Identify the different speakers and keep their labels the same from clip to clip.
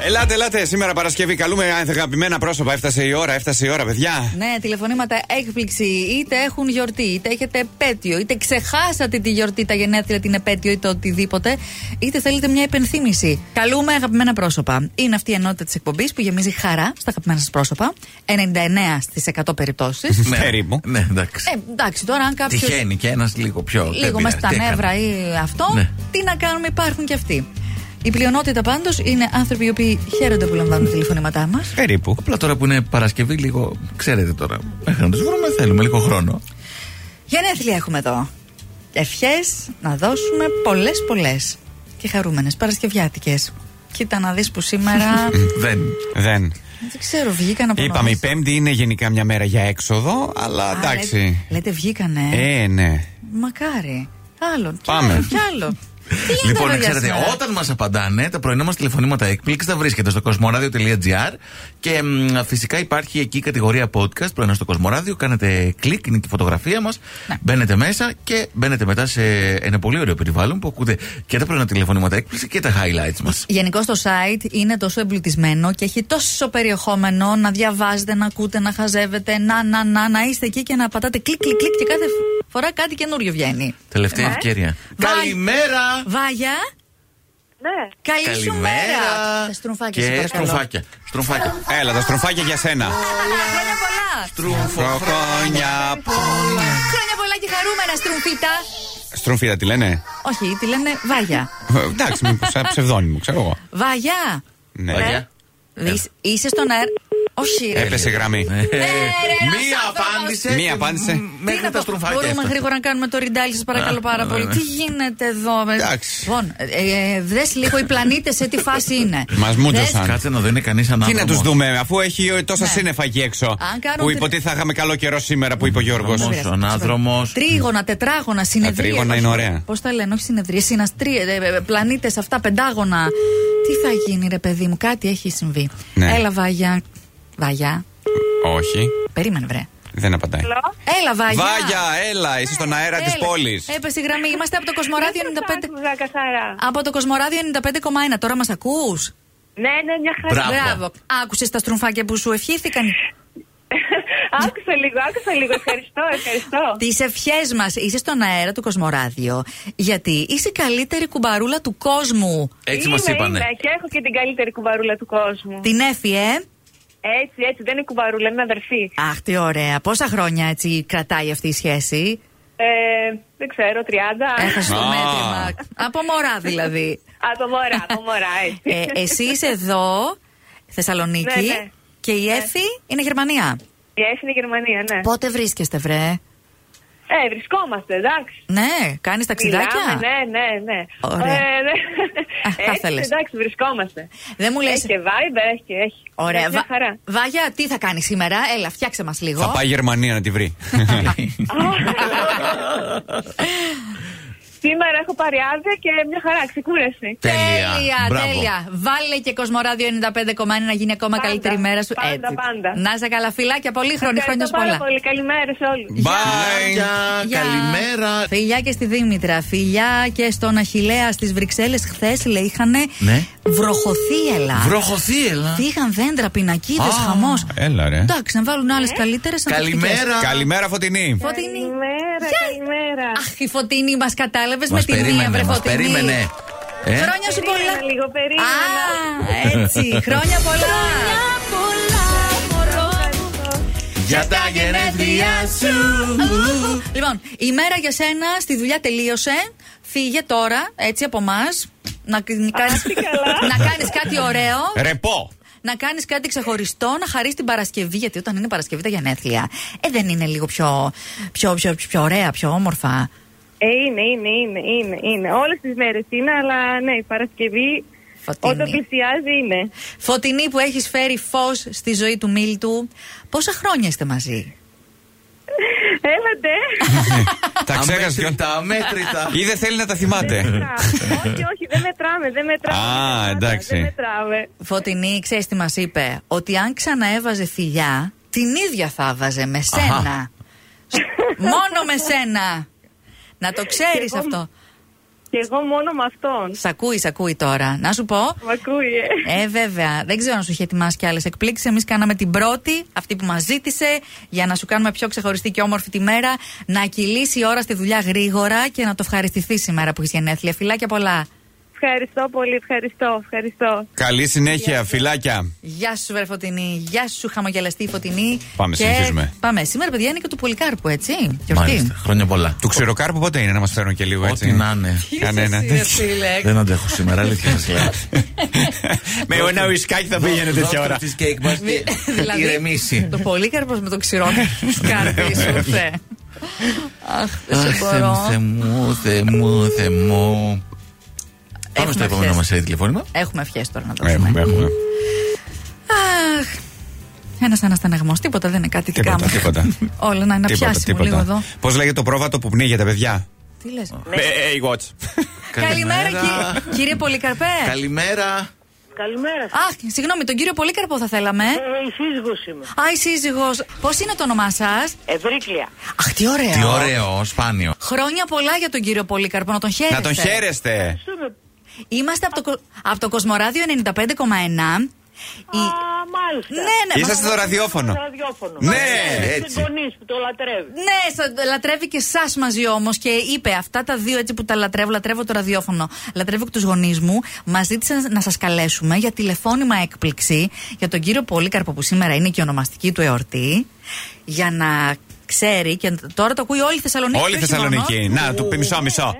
Speaker 1: Ελάτε, ελάτε. Σήμερα Παρασκευή. Καλούμε αγαπημένα πρόσωπα. Έφτασε η ώρα, έφτασε η ώρα, παιδιά.
Speaker 2: Ναι, τηλεφωνήματα έκπληξη. Είτε έχουν γιορτή, είτε έχετε επέτειο, είτε ξεχάσατε τη γιορτή, τα γενέθλια, την επέτειο, είτε οτιδήποτε. Είτε θέλετε μια υπενθύμηση. Καλούμε αγαπημένα πρόσωπα. Είναι αυτή η ενότητα της εκπομπής που γεμίζει χαρά στα αγαπημένα σας πρόσωπα. 99 στι 100 περιπτώσεις.
Speaker 1: Ναι. Περίπου.
Speaker 3: Ναι, εντάξει.
Speaker 2: Ε, εντάξει, τώρα αν κάποιος.
Speaker 3: Τυχαίνει και ένας λίγο πιο.
Speaker 2: Λίγο
Speaker 3: μα
Speaker 2: μέσα στα νεύρα ή αυτό.
Speaker 3: Ναι.
Speaker 2: Τι να κάνουμε, υπάρχουν και αυτοί. Η πλειονότητα πάντως είναι άνθρωποι οι οποίοι χαίρονται που λαμβάνουν τα τηλεφωνήματά μας.
Speaker 1: Περίπου.
Speaker 3: Απλά τώρα που είναι Παρασκευή, λίγο. Ξέρετε τώρα. Μέχρι να τους βρούμε, θέλουμε λίγο χρόνο.
Speaker 2: Γενέθλια έχουμε εδώ. Ευχές να δώσουμε πολλές, πολλές. Και χαρούμενες, Παρασκευιάτικες. Κοίτα να δεις που σήμερα.
Speaker 3: Δεν.
Speaker 1: Δεν.
Speaker 2: δεν ξέρω, βγήκαν από
Speaker 1: Είπαμε, η
Speaker 2: νωρίς.
Speaker 1: Πέμπτη είναι γενικά μια μέρα για έξοδο, αλλά
Speaker 2: Α,
Speaker 1: εντάξει.
Speaker 2: λέτε- Λέτε, βγήκανε.
Speaker 1: Ε, ναι.
Speaker 2: Μακάρι. Άλλον. κι
Speaker 1: Πάμε.
Speaker 2: άλλον, Κι άλλο. Τι λέτε
Speaker 3: Λοιπόν,
Speaker 2: εδώ
Speaker 3: να
Speaker 2: για
Speaker 3: ξέρετε,
Speaker 2: σήμερα?
Speaker 3: όταν μας απαντάνε, τα πρωινά μας τηλεφωνήματα έκπληξη τα βρίσκεται στο κοσμοράδιο.gr και μ, φυσικά υπάρχει εκεί η κατηγορία podcast πρωινά στο Κοσμοράδιο. Κάνετε κλικ, είναι και η φωτογραφία μας.
Speaker 2: Ναι.
Speaker 3: Μπαίνετε μέσα και μπαίνετε μετά σε ένα πολύ ωραίο περιβάλλον που ακούτε και τα πρωινά τηλεφωνήματα έκπληξη και τα highlights μας.
Speaker 2: Γενικώ το site είναι τόσο εμπλουτισμένο και έχει τόσο περιεχόμενο να διαβάζετε, να ακούτε, να χαζεύετε, να, να, να, να είστε εκεί και να πατάτε κλικ, κλικ, κλικ και κάθε φορά κάτι καινούριο βγαίνει.
Speaker 3: Τελευταία
Speaker 2: Ναι.
Speaker 3: ευκαιρία.
Speaker 2: Βάει.
Speaker 3: Καλημέρα!
Speaker 2: Βάγια,
Speaker 4: Ναι.
Speaker 2: καλή σου μέρα. Τα στροφάκια
Speaker 3: Και
Speaker 2: σε παρακαλώ.
Speaker 3: στροφάκια. Στροφάκια.
Speaker 1: Έλα, τα στροφάκια για σένα.
Speaker 2: Χρόνια πολλά.
Speaker 1: Στροφόνια.
Speaker 2: Χρόνια πολλά και χαρούμενα, στρουμφίτα.
Speaker 1: Στροφίδα τη λένε.
Speaker 2: Όχι, τη λένε Βάγια.
Speaker 1: Ε, Εντάξει, μήπως σαν ψευδόνιμο, ξέρω εγώ.
Speaker 2: Βάγια.
Speaker 1: Ναι.
Speaker 3: Βάγια.
Speaker 2: Είσαι- Είσαι στον αέρα. Όχι, ρε.
Speaker 1: Έπεσε γραμμή.
Speaker 3: Ε, Μία
Speaker 2: άνθρωπος.
Speaker 3: απάντησε.
Speaker 1: Μία απάντησε.
Speaker 3: μ,
Speaker 2: Τι
Speaker 3: Μέχρι
Speaker 2: να
Speaker 3: τα
Speaker 2: πω,
Speaker 3: στροφάκια.
Speaker 2: Μπορούμε
Speaker 3: έφτασε.
Speaker 2: γρήγορα να κάνουμε το ριντάλι, σας παρακαλώ πάρα
Speaker 3: ναι,
Speaker 2: πολύ.
Speaker 3: ναι.
Speaker 2: Τι γίνεται εδώ, με-
Speaker 1: Εντάξει.
Speaker 2: Λοιπόν, ε, ε, δες λίγο οι πλανήτες σε τι φάση είναι.
Speaker 1: Μας
Speaker 2: Δες-
Speaker 1: μούτζωσαν.
Speaker 3: Κάτσε να δεν είναι κανείς ανάποδο.
Speaker 1: Τι να τους δούμε, αφού έχει ε, τόσα
Speaker 2: Ναι.
Speaker 1: σύννεφα εκεί έξω.
Speaker 2: Αν κάνουν
Speaker 1: Που
Speaker 2: τρι-
Speaker 1: υποτίθεται θα είχαμε καλό καιρό σήμερα που είπε ο Γιώργος.
Speaker 2: Δεν πειράζει, δεν
Speaker 3: ανάδρομος.
Speaker 2: πειράζει. Τρίγωνα, τετράγωνα, συνεδρία.
Speaker 1: τρίγωνα είναι ωραία.
Speaker 2: Πώς τα λένε, όχι συνεδρία, συναστρία, πλανήτε ε, αυτά, πεντάγωνα. Τι θα γίνει, ρε παιδί μου, κάτι έχει συμβεί.
Speaker 1: Ναι.
Speaker 2: Έλα, βάγια. Βάγια.
Speaker 1: Όχι,
Speaker 2: Περίμενε, βρε.
Speaker 1: δεν απαντάει.
Speaker 4: Καλό.
Speaker 2: Έλα, βάγια.
Speaker 1: Βάγια, έλα, είσαι στον αέρα της
Speaker 2: Έλα.
Speaker 1: πόλης.
Speaker 2: Έπεσε η γραμμή. Είμαστε από το Κοσμοράδιο
Speaker 4: Δεν σας
Speaker 2: 95.
Speaker 4: άκουγα καθαρά.
Speaker 2: Από το Κοσμοράδιο 95,1. Τώρα μας ακούς.
Speaker 4: Ναι, ναι, μια χαρά.
Speaker 3: Μπράβο.
Speaker 2: Άκουσες τα στρουμφάκια που σου ευχήθηκαν.
Speaker 4: άκουσα λίγο, άκουσα λίγο. Ευχαριστώ, ευχαριστώ.
Speaker 2: Τις ευχές μας. Είσαι στον αέρα του Κοσμοράδιο. Γιατί είσαι η καλύτερη κουμπαρούλα του κόσμου.
Speaker 3: Έτσι μας
Speaker 4: Είμαι,
Speaker 3: είπανε.
Speaker 4: είμαι, Και έχω και την καλύτερη κουβαρούλα του κόσμου.
Speaker 2: Την έφυγε. ε.
Speaker 4: Έτσι, έτσι, δεν είναι κουβαρούλα, είναι αδερφή.
Speaker 2: Αχ, τι ωραία. Πόσα χρόνια έτσι κρατάει αυτή η σχέση.
Speaker 4: Ε, δεν ξέρω, 30.
Speaker 2: Έχασε το
Speaker 1: Α.
Speaker 2: μέτρημα. Από μωρά δηλαδή.
Speaker 4: Από μωρά, από μωρά, έτσι.
Speaker 2: Ε, εσύ είσαι εδώ, Θεσσαλονίκη.
Speaker 4: Ναι, ναι.
Speaker 2: Και η Έφη είναι Γερμανία.
Speaker 4: Η Εφη είναι Γερμανία, ναι.
Speaker 2: Πότε βρίσκεστε, βρε.
Speaker 4: Ε, βρισκόμαστε, εντάξει.
Speaker 2: Ναι, κάνεις ταξιδάκια.
Speaker 4: Μιλάμε, ναι, ναι, ναι.
Speaker 2: Ωραία.
Speaker 4: Ε, ναι.
Speaker 2: Α, θα
Speaker 4: Έτσι,
Speaker 2: ήθελες.
Speaker 4: Εντάξει, βρισκόμαστε.
Speaker 2: Δεν μου λες.
Speaker 4: Έχει και Viber, έχει και έχει.
Speaker 2: Ωραία.
Speaker 4: Έχει μια
Speaker 2: Βα-
Speaker 4: χαρά.
Speaker 2: Βάγια, τι θα κάνεις σήμερα, έλα, φτιάξε μας λίγο.
Speaker 1: Θα πάει η Γερμανία να τη βρει.
Speaker 4: Σήμερα έχω πάρει άδεια και μια χαρά, ξεκούραση.
Speaker 2: Τέλεια,
Speaker 3: Μπράβο.
Speaker 2: τέλεια. Βάλε και Κοσμοράδιο 95,1 να γίνει ακόμα
Speaker 4: Πάντα,
Speaker 2: καλύτερη η μέρα σου.
Speaker 4: πάντα, πάντα.
Speaker 2: Να σε καλά, φιλάκια, πολύ χρόνο, χρόνια
Speaker 4: Ευχαριστώ
Speaker 2: σου
Speaker 4: πάρα
Speaker 2: πολλά.
Speaker 4: πολύ. Καλημέρα σε όλους.
Speaker 1: Bye.
Speaker 3: Γεια,
Speaker 2: Γεια.
Speaker 3: καλημέρα.
Speaker 2: Φιλιά και στη Δήμητρα, φιλιά και στον Αχηλέα στις Βρυξέλλες. Χθες λέει είχαν
Speaker 3: Ναι.
Speaker 2: βροχοθύελα.
Speaker 3: Βροχοθύελα.
Speaker 2: Φύγαν δέντρα, πινακίδες,
Speaker 3: Α, Ε.
Speaker 2: χαμός.
Speaker 1: Έλα, ρε.
Speaker 2: Εντάξει, να βάλουν
Speaker 4: Ε.
Speaker 2: άλλε καλύτερε.
Speaker 3: Καλημέρα.
Speaker 1: Καλημέρα, φωτεινή.
Speaker 2: Φωτεινή.
Speaker 4: Καλημέρα, καλημέρα.
Speaker 2: Αχ, η φωτεινή μας κατάλαβες με
Speaker 3: Μας
Speaker 2: τη μία, βρε
Speaker 3: περίμενε, μας
Speaker 2: φωτεινή.
Speaker 3: περίμενε. Ε,
Speaker 2: Χρόνια σου πολλά.
Speaker 4: Περίμενα λίγο,
Speaker 2: Α,
Speaker 4: περίμενα.
Speaker 2: έτσι. Χρόνια πολλά.
Speaker 3: για τα γενέθλιά σου.
Speaker 2: Λοιπόν, η μέρα για σένα στη δουλειά τελείωσε. Φύγε τώρα, έτσι από εμάς. Να κάνεις,
Speaker 4: τι καλά.
Speaker 2: να κάνεις κάτι ωραίο,
Speaker 1: Ρεπό.
Speaker 2: να κάνεις κάτι ξεχωριστό, να χαρείς την Παρασκευή, γιατί όταν είναι Παρασκευή τα γενέθλια, ε, δεν είναι λίγο πιο, πιο, πιο, πιο ωραία, πιο όμορφα.
Speaker 4: Ε, είναι, είναι, είναι, είναι, είναι. Όλες τις μέρες είναι, αλλά ναι, η Παρασκευή
Speaker 2: Φωτεινή.
Speaker 4: όταν πλησιάζει είναι.
Speaker 2: Φωτεινή που έχεις φέρει φως στη ζωή του Μίλτου, πόσα χρόνια είστε μαζί.
Speaker 4: Έλατε.
Speaker 1: Τα ξέχασε κιόλας.
Speaker 3: Αμέτρητα, αμέτρητα.
Speaker 1: Ή δεν θέλει να τα θυμάται.
Speaker 4: όχι, όχι, δεν μετράμε, δεν μετράμε.
Speaker 1: Ναι. Α,
Speaker 4: δεν μετράμε,
Speaker 1: εντάξει.
Speaker 4: Δεν μετράμε.
Speaker 2: Φωτεινή, ξέρεις τι μας είπε. Ότι αν ξαναέβαζε θηλιά, την ίδια θα έβαζε με σένα.
Speaker 3: Αχα.
Speaker 2: Σ- Μόνο με σένα. Να το ξέρεις
Speaker 4: Και εγώ-
Speaker 2: αυτό.
Speaker 4: Και εγώ μόνο με αυτόν.
Speaker 2: Σ' ακούει, σ' ακούει τώρα. Να σου πω.
Speaker 4: Μ' ακούει, ε.
Speaker 2: Ε, βέβαια. Δεν ξέρω αν σου είχε ετοιμάσει κι άλλες εκπλήξεις. Εμείς κάναμε την πρώτη, αυτή που μας ζήτησε, για να σου κάνουμε πιο ξεχωριστή και όμορφη τη μέρα. Να κυλήσει η ώρα στη δουλειά γρήγορα και να το ευχαριστηθεί σήμερα που έχει γενέθλια. Φιλάκια πολλά.
Speaker 4: Ευχαριστώ πολύ, ευχαριστώ, ευχαριστώ.
Speaker 1: Καλή συνέχεια, φιλάκια.
Speaker 2: Γεια σου, βρε Φωτεινή. Γεια σου, χαμογελαστή Φωτεινή.
Speaker 1: Πάμε,
Speaker 2: και...
Speaker 1: συνεχίζουμε.
Speaker 2: Πάμε. Σήμερα, παιδιά, είναι και του Πολυκάρπου, έτσι. Γιορτή.
Speaker 3: Μάλιστα. Χρόνια πολλά.
Speaker 1: Του ξηροκάρπου πότε είναι να μας φέρουν και λίγο έτσι.
Speaker 3: Ό,τι να είναι.
Speaker 2: Είσαι
Speaker 1: Κανένα.
Speaker 2: εσύ, ρε φίλε.
Speaker 3: Δεν αντέχω σήμερα, αλήθεια σα λέω.
Speaker 1: Με ένα ουισκάκι θα πήγαινε τέτοια ώρα.
Speaker 3: Της κέικ μα και
Speaker 2: Δηλαδή,
Speaker 3: Ε, ηρεμήσει.
Speaker 2: Το πολύκαρπο με το ξηρό σκάρπι σου, θε. Αχ, δεν
Speaker 3: Αχ,
Speaker 2: σε
Speaker 3: Θεέ μου, Θεέ
Speaker 2: μπορώ.
Speaker 3: μου, Θεέ μου, Θεέ μου. Πάμε στο
Speaker 2: Έχουμε
Speaker 3: επόμενο μα
Speaker 2: ευχές.
Speaker 3: τηλεφώνημα.
Speaker 2: Έχουμε ευχές τώρα να
Speaker 1: Ε,
Speaker 2: δώσουμε.
Speaker 1: έχουμε.
Speaker 2: Αχ. Ένας αναστεναγμό. Τίποτα δεν είναι κάτι δικά
Speaker 1: Τίποτα,
Speaker 2: μου.
Speaker 1: τίποτα.
Speaker 2: Όλα να, να
Speaker 1: Τίποτα,
Speaker 2: πιάσει μου λίγο εδώ.
Speaker 1: τίποτα. Πώς λέγεται το πρόβατο που πνίγεται, παιδιά.
Speaker 2: Τι λες.
Speaker 1: Hey, watch.
Speaker 2: Καλημέρα, κύριε, κύριε Πολυκαρπέ.
Speaker 3: Καλημέρα.
Speaker 5: Καλημέρα σας.
Speaker 2: Αχ, συγγνώμη, τον κύριο Πολύκαρπο θα θέλαμε.
Speaker 5: Ε, η σύζυγος είμαι.
Speaker 2: Α, η σύζυγος. Πώς είναι το όνομά σας.
Speaker 5: Ευρύκλια.
Speaker 2: Ε, Αχ, τι ωραίο.
Speaker 3: Τι ωραίο, σπάνιο.
Speaker 2: Χρόνια πολλά για τον κύριο Πολύκαρπο, να τον χαίρεστε.
Speaker 1: Να τον χαίρεστε.
Speaker 5: Ευχαριστούμε.
Speaker 2: Είμαστε από το, κο- από το Κοσμοράδιο 95,1. Η...
Speaker 5: Α, μάλιστα.
Speaker 2: Ναι, ναι,
Speaker 1: Είσαστε
Speaker 2: μας-
Speaker 1: στο ραδιόφωνο.
Speaker 5: Στο ραδιόφωνο.
Speaker 1: Ναι,
Speaker 5: Μάλιστα.
Speaker 1: έτσι.
Speaker 5: Τον γονείς που το λατρεύει.
Speaker 2: Ναι, σα- λατρεύει και εσάς μαζί όμως και είπε αυτά τα δύο έτσι που τα λατρεύω. Λατρεύω το ραδιόφωνο, λατρεύω και τους γονείς μου. Μας ζήτησαν να σας καλέσουμε για τηλεφώνημα έκπληξη για τον κύριο Πολύκαρπο που σήμερα είναι και ονομαστική του εορτή. Για να ξέρει και τώρα το ακούει όλη η Θεσσαλονίκη.
Speaker 1: Όλη η
Speaker 2: και όχι μόνο.
Speaker 1: Θεσσαλονίκη. Να, του πει μισό, μισό.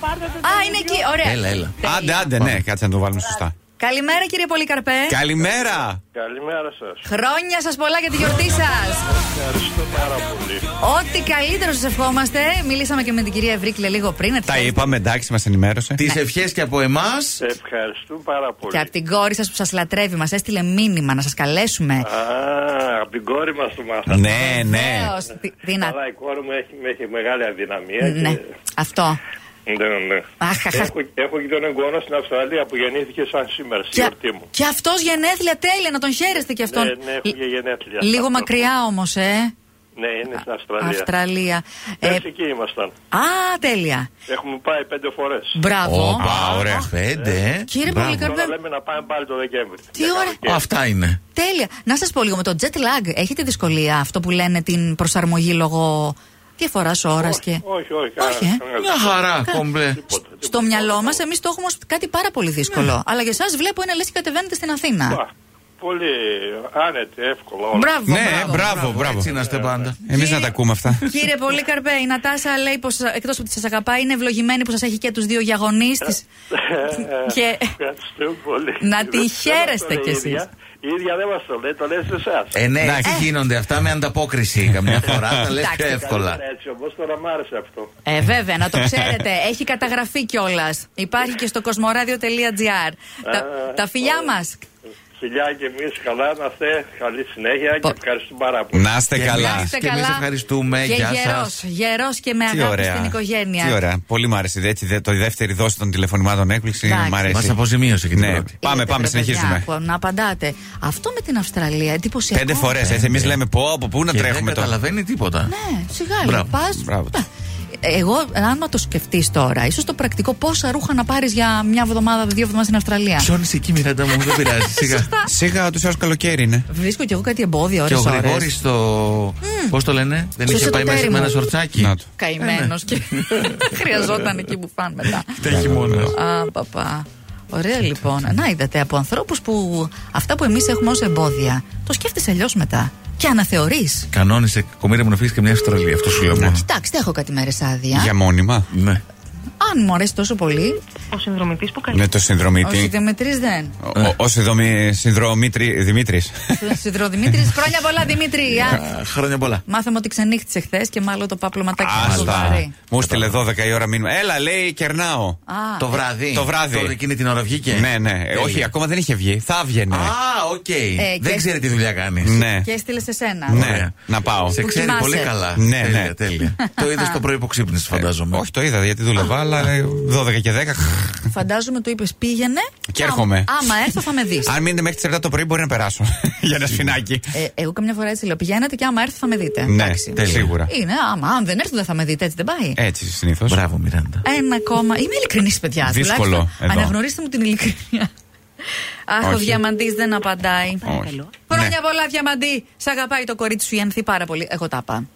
Speaker 5: Πάρτε το
Speaker 2: Α, είναι εκεί, ωραία.
Speaker 3: Έλα, έλα.
Speaker 2: Τέλεια.
Speaker 1: Άντε, άντε, ναι, κάτσε να το βάλουμε σωστά.
Speaker 2: Καλημέρα κύριε Πολύκαρπε.
Speaker 1: Καλημέρα.
Speaker 6: Καλημέρα σας.
Speaker 2: Χρόνια σας πολλά για τη γιορτή σας.
Speaker 6: Ευχαριστώ πάρα πολύ.
Speaker 2: Ό,τι καλύτερο σας ευχόμαστε. Μιλήσαμε και με την κυρία Ευρύκλε λίγο πριν.
Speaker 1: Τα είπαμε, εντάξει, μας ενημέρωσε.
Speaker 3: Τις
Speaker 2: Ναι.
Speaker 3: ευχές και από εμάς.
Speaker 6: Ευχαριστούμε πάρα πολύ.
Speaker 2: Και από την κόρη σας που σας λατρεύει, μας έστειλε μήνυμα να σας καλέσουμε.
Speaker 6: Α, από την κόρη μας το μάθαμε.
Speaker 1: Ναι, ναι.
Speaker 2: Βεβαίως, δυ- δυνα-
Speaker 6: Αλλά η κόρη μου έχει, με έχει μεγάλη αδυναμία.
Speaker 2: Ναι,
Speaker 6: Και...
Speaker 2: αυτό.
Speaker 6: Ναι, ναι, ναι.
Speaker 2: Αχ, αχ, αχ.
Speaker 6: Έχω, έχω και τον εγγόνο στην Αυστραλία που γεννήθηκε σαν σήμερα στη
Speaker 2: Και,
Speaker 6: γιορτή μου.
Speaker 2: και αυτός γενέθλια, τέλεια να τον χαίρεστε και αυτόν.
Speaker 6: Ναι, ναι, έχω και γενέθλια.
Speaker 2: Λίγο
Speaker 6: Αυτό.
Speaker 2: μακριά όμως, ε.
Speaker 6: Ναι, είναι στην Αυστραλία.
Speaker 2: Αυστραλία. Ε,
Speaker 6: Πέρσι εκεί ήμασταν.
Speaker 2: α, τέλεια.
Speaker 6: Έχουμε πάει πέντε φορές.
Speaker 2: Μπράβο.
Speaker 1: Όπα, ωραία.
Speaker 3: Πέντε. ε.
Speaker 2: Κύριε
Speaker 3: Μπράβο.
Speaker 2: Πολυκαρπέ.
Speaker 6: Τώρα λέμε να πάμε πάλι το Δεκέμβρη.
Speaker 2: Τι ώρα.
Speaker 3: Ω, Αυτά είναι.
Speaker 2: Τέλεια. Να σας πω λίγο με το jet lag. Έχετε δυσκολία αυτό που λένε την προσαρμογή λόγω διαφορά ώρα και.
Speaker 6: Όχι, όχι.
Speaker 2: Όχι,
Speaker 6: κανένα-
Speaker 2: ε.
Speaker 6: κανένα
Speaker 3: Μια
Speaker 6: τίποτα,
Speaker 3: χαρά, κομπλέ.
Speaker 6: τίποτα, τίποτα.
Speaker 2: Στο μυαλό μας, εμείς το έχουμε ως κάτι πάρα πολύ δύσκολο.
Speaker 6: Ναι.
Speaker 2: Αλλά για εσάς βλέπω είναι λες και κατεβαίνετε στην Αθήνα.
Speaker 6: Α, Πολύ άνετα, εύκολα όλα.
Speaker 2: Μπράβο,
Speaker 1: Ναι, μπράβο, μπράβο.
Speaker 3: Έτσι είμαστε πάντα.
Speaker 1: Εμείς να τα ακούμε αυτά.
Speaker 2: Κύριε Πολύκαρπε, η Νατάσα λέει πως εκτό ότι σας αγαπάει, είναι ευλογημένη που σας έχει και τους δύο για γονεί τη. Και-
Speaker 6: Ευχαριστούμε Ε, πολύ.
Speaker 2: Να τη
Speaker 6: Δεν
Speaker 2: χαίρεστε
Speaker 6: το
Speaker 2: κι
Speaker 6: λέει η
Speaker 2: εσείς.
Speaker 6: ίδια. Η ίδια δεν μας το λέει, το λέει σε εσάς.
Speaker 3: Ε, ναι, έτσι γίνονται αυτά με ανταπόκριση. Καμιά φορά τα λες πιο
Speaker 2: Εντάξει.
Speaker 3: εύκολα.
Speaker 6: Έτσι όμως τώρα μ' άρεσε αυτό.
Speaker 2: Ε, βέβαια, να το ξέρετε. Έχει καταγραφεί κιόλας. Υπάρχει και στο κοσμοradio.gr. Τα,
Speaker 6: Α,
Speaker 2: τα φιλιά
Speaker 6: Ε, ωραία.
Speaker 2: μας.
Speaker 6: Φιλιά και εμείς καλά να είστε. Καλή συνέχεια και
Speaker 2: Πο-
Speaker 6: ευχαριστούμε πάρα πολύ.
Speaker 1: Να είστε καλά.
Speaker 2: Είστε
Speaker 3: και εμείς
Speaker 2: καλά.
Speaker 3: ευχαριστούμε.
Speaker 2: Και
Speaker 3: Γεια
Speaker 2: γερός.
Speaker 3: σας.
Speaker 2: Γερός και με
Speaker 1: Τι
Speaker 2: αγάπη
Speaker 1: ωραία.
Speaker 2: στην οικογένεια.
Speaker 1: Τι ωραία. Πολύ μου άρεσε. Έτσι, δε- το η δεύτερη δόση των τηλεφωνημάτων έκπληξη
Speaker 2: Εντάξει.
Speaker 1: μου
Speaker 3: Μα
Speaker 1: αρέσει.
Speaker 3: αποζημίωσε και την
Speaker 1: Ναι.
Speaker 3: πρώτη.
Speaker 1: Πάμε,
Speaker 2: Είδατε,
Speaker 1: πάμε,
Speaker 2: ρε, παιδιά,
Speaker 1: συνεχίζουμε.
Speaker 2: που Να απαντάτε. Αυτό με την Αυστραλία, εντυπωσιακό.
Speaker 1: Πέντε φορές. Έτσι, εμείς λέμε πω από πού να
Speaker 3: Και
Speaker 1: τρέχουμε
Speaker 3: δεν
Speaker 1: τώρα.
Speaker 3: καταλαβαίνει τίποτα.
Speaker 2: Ναι, σιγά
Speaker 3: Μπράβο,
Speaker 2: λίγο. Πα.
Speaker 1: μπράβο.
Speaker 2: Εγώ, αν το σκεφτείς τώρα, ίσως το πρακτικό πόσα ρούχα να πάρεις για μια εβδομάδα, δύο εβδομάδες στην Αυστραλία.
Speaker 3: Ψώνεις εκεί, Μιράντα μου, δεν πειράζει. Σιγά.
Speaker 1: Σίγα του έω καλοκαίρι είναι.
Speaker 2: Βρίσκω κι εγώ κάτι εμπόδια, ώρε
Speaker 3: Και ο
Speaker 2: ώρες.
Speaker 3: Γρηγόρη το. Πώς το λένε, δεν
Speaker 2: Στο
Speaker 3: είχε πάει μέσα
Speaker 2: εσωτερικό.
Speaker 3: με ένα σορτσάκι.
Speaker 1: Να το.
Speaker 2: Καημένος
Speaker 1: Ε,
Speaker 2: και
Speaker 1: ναι.
Speaker 2: χρειαζόταν εκεί που φαν μετά.
Speaker 3: Τα έχει μόνο.
Speaker 2: Α, παπά. Ωραία λοιπόν. Να είδατε από ανθρώπους που αυτά που εμείς έχουμε ως εμπόδια, το σκέφτεσαι αλλιώς μετά. Και αναθεωρείς.
Speaker 3: Κανόνισε κομμύρια μου να φύγει και μια Αυστραλία. Αυτό σου λέω μόνο.
Speaker 2: Κοιτάξτε, έχω κάτι μέρες άδεια.
Speaker 1: Για μόνιμα.
Speaker 3: Ναι.
Speaker 2: Αν μου αρέσει τόσο πολύ,
Speaker 5: Ο συνδρομητής που καλεί.
Speaker 1: Με το
Speaker 2: ο
Speaker 1: συνδρομητή.
Speaker 2: Δημητρή δεν.
Speaker 1: Ο- ο- Ο συνδρομήτρη Δημήτρης.
Speaker 2: Συνδροδημήτρη, χρόνια πολλά Δημήτρη. Α,
Speaker 3: Α, Χρόνια πολλά.
Speaker 2: Μάθαμε ότι ξενύχτησε χθες και μάλλον το πάπλωματάκι μας το
Speaker 1: Άστα.
Speaker 2: βαρύ.
Speaker 1: Μου στείλε 12 η ώρα μήνυμα. Έλα, λέει, κερνάω.
Speaker 2: Α,
Speaker 3: Το βράδυ.
Speaker 1: το βράδυ.
Speaker 3: Τώρα εκείνη την ώρα βγήκε.
Speaker 1: Ναι, ναι. Ε,
Speaker 3: Τέλεια.
Speaker 1: Όχι, ακόμα δεν είχε βγει. Θα έβγαινε.
Speaker 3: Α, οκ.
Speaker 2: Ε, και-
Speaker 3: Δεν ξέρει τι δουλειά κάνεις.
Speaker 1: Ναι.
Speaker 2: και έστειλε σε σένα.
Speaker 1: Ναι.
Speaker 3: Ωραία.
Speaker 1: να πάω.
Speaker 3: Σε
Speaker 2: Που
Speaker 3: ξέρει πολύ
Speaker 2: κοιμάσαι.
Speaker 3: καλά.
Speaker 1: Ναι, Ε,
Speaker 3: τέλεια,
Speaker 1: ναι.
Speaker 3: τέλεια. το είδες το πρωί που ξύπνησες, φαντάζομαι.
Speaker 1: Όχι, το είδα γιατί δούλευα, αλλά αλλά λέει 12 και 10.
Speaker 2: Φαντάζομαι του είπες πήγαινε.
Speaker 1: Και έρχομαι.
Speaker 2: Άμα έρθω θα με δεις.
Speaker 1: Αν μείνετε μέχρι τις 7 το πρωί, μπορεί να περάσω για ένα σφινάκι.
Speaker 2: Ε, εγώ καμιά φορά έτσι λέω: Πηγαίνετε και άμα έρθω θα με δείτε.
Speaker 1: ναι,
Speaker 2: Εντάξει.
Speaker 1: τέλεια. σίγουρα.
Speaker 2: Είναι, άμα αν δεν έρθω δεν θα με δείτε, έτσι δεν πάει.
Speaker 1: Έτσι συνήθως.
Speaker 3: Μπράβο, Μιράντα.
Speaker 2: Ένα ακόμα. Είμαι ειλικρινής, παιδιά.
Speaker 1: Ε. Δύσκολο,
Speaker 2: τουλάχιστον.
Speaker 1: εδώ.
Speaker 2: Αναγνωρίστε μου την ειλικρινία. Αχ, ο
Speaker 1: Όχι.
Speaker 2: Διαμαντής δεν απαντάει.
Speaker 1: Όχι.
Speaker 2: Χρόνια
Speaker 1: Ναι.
Speaker 2: πολλά, Διαμαντή. Σ' αγαπάει το κορίτσι σου η Ανθή πάρα πολύ. Εγώ τα είπα.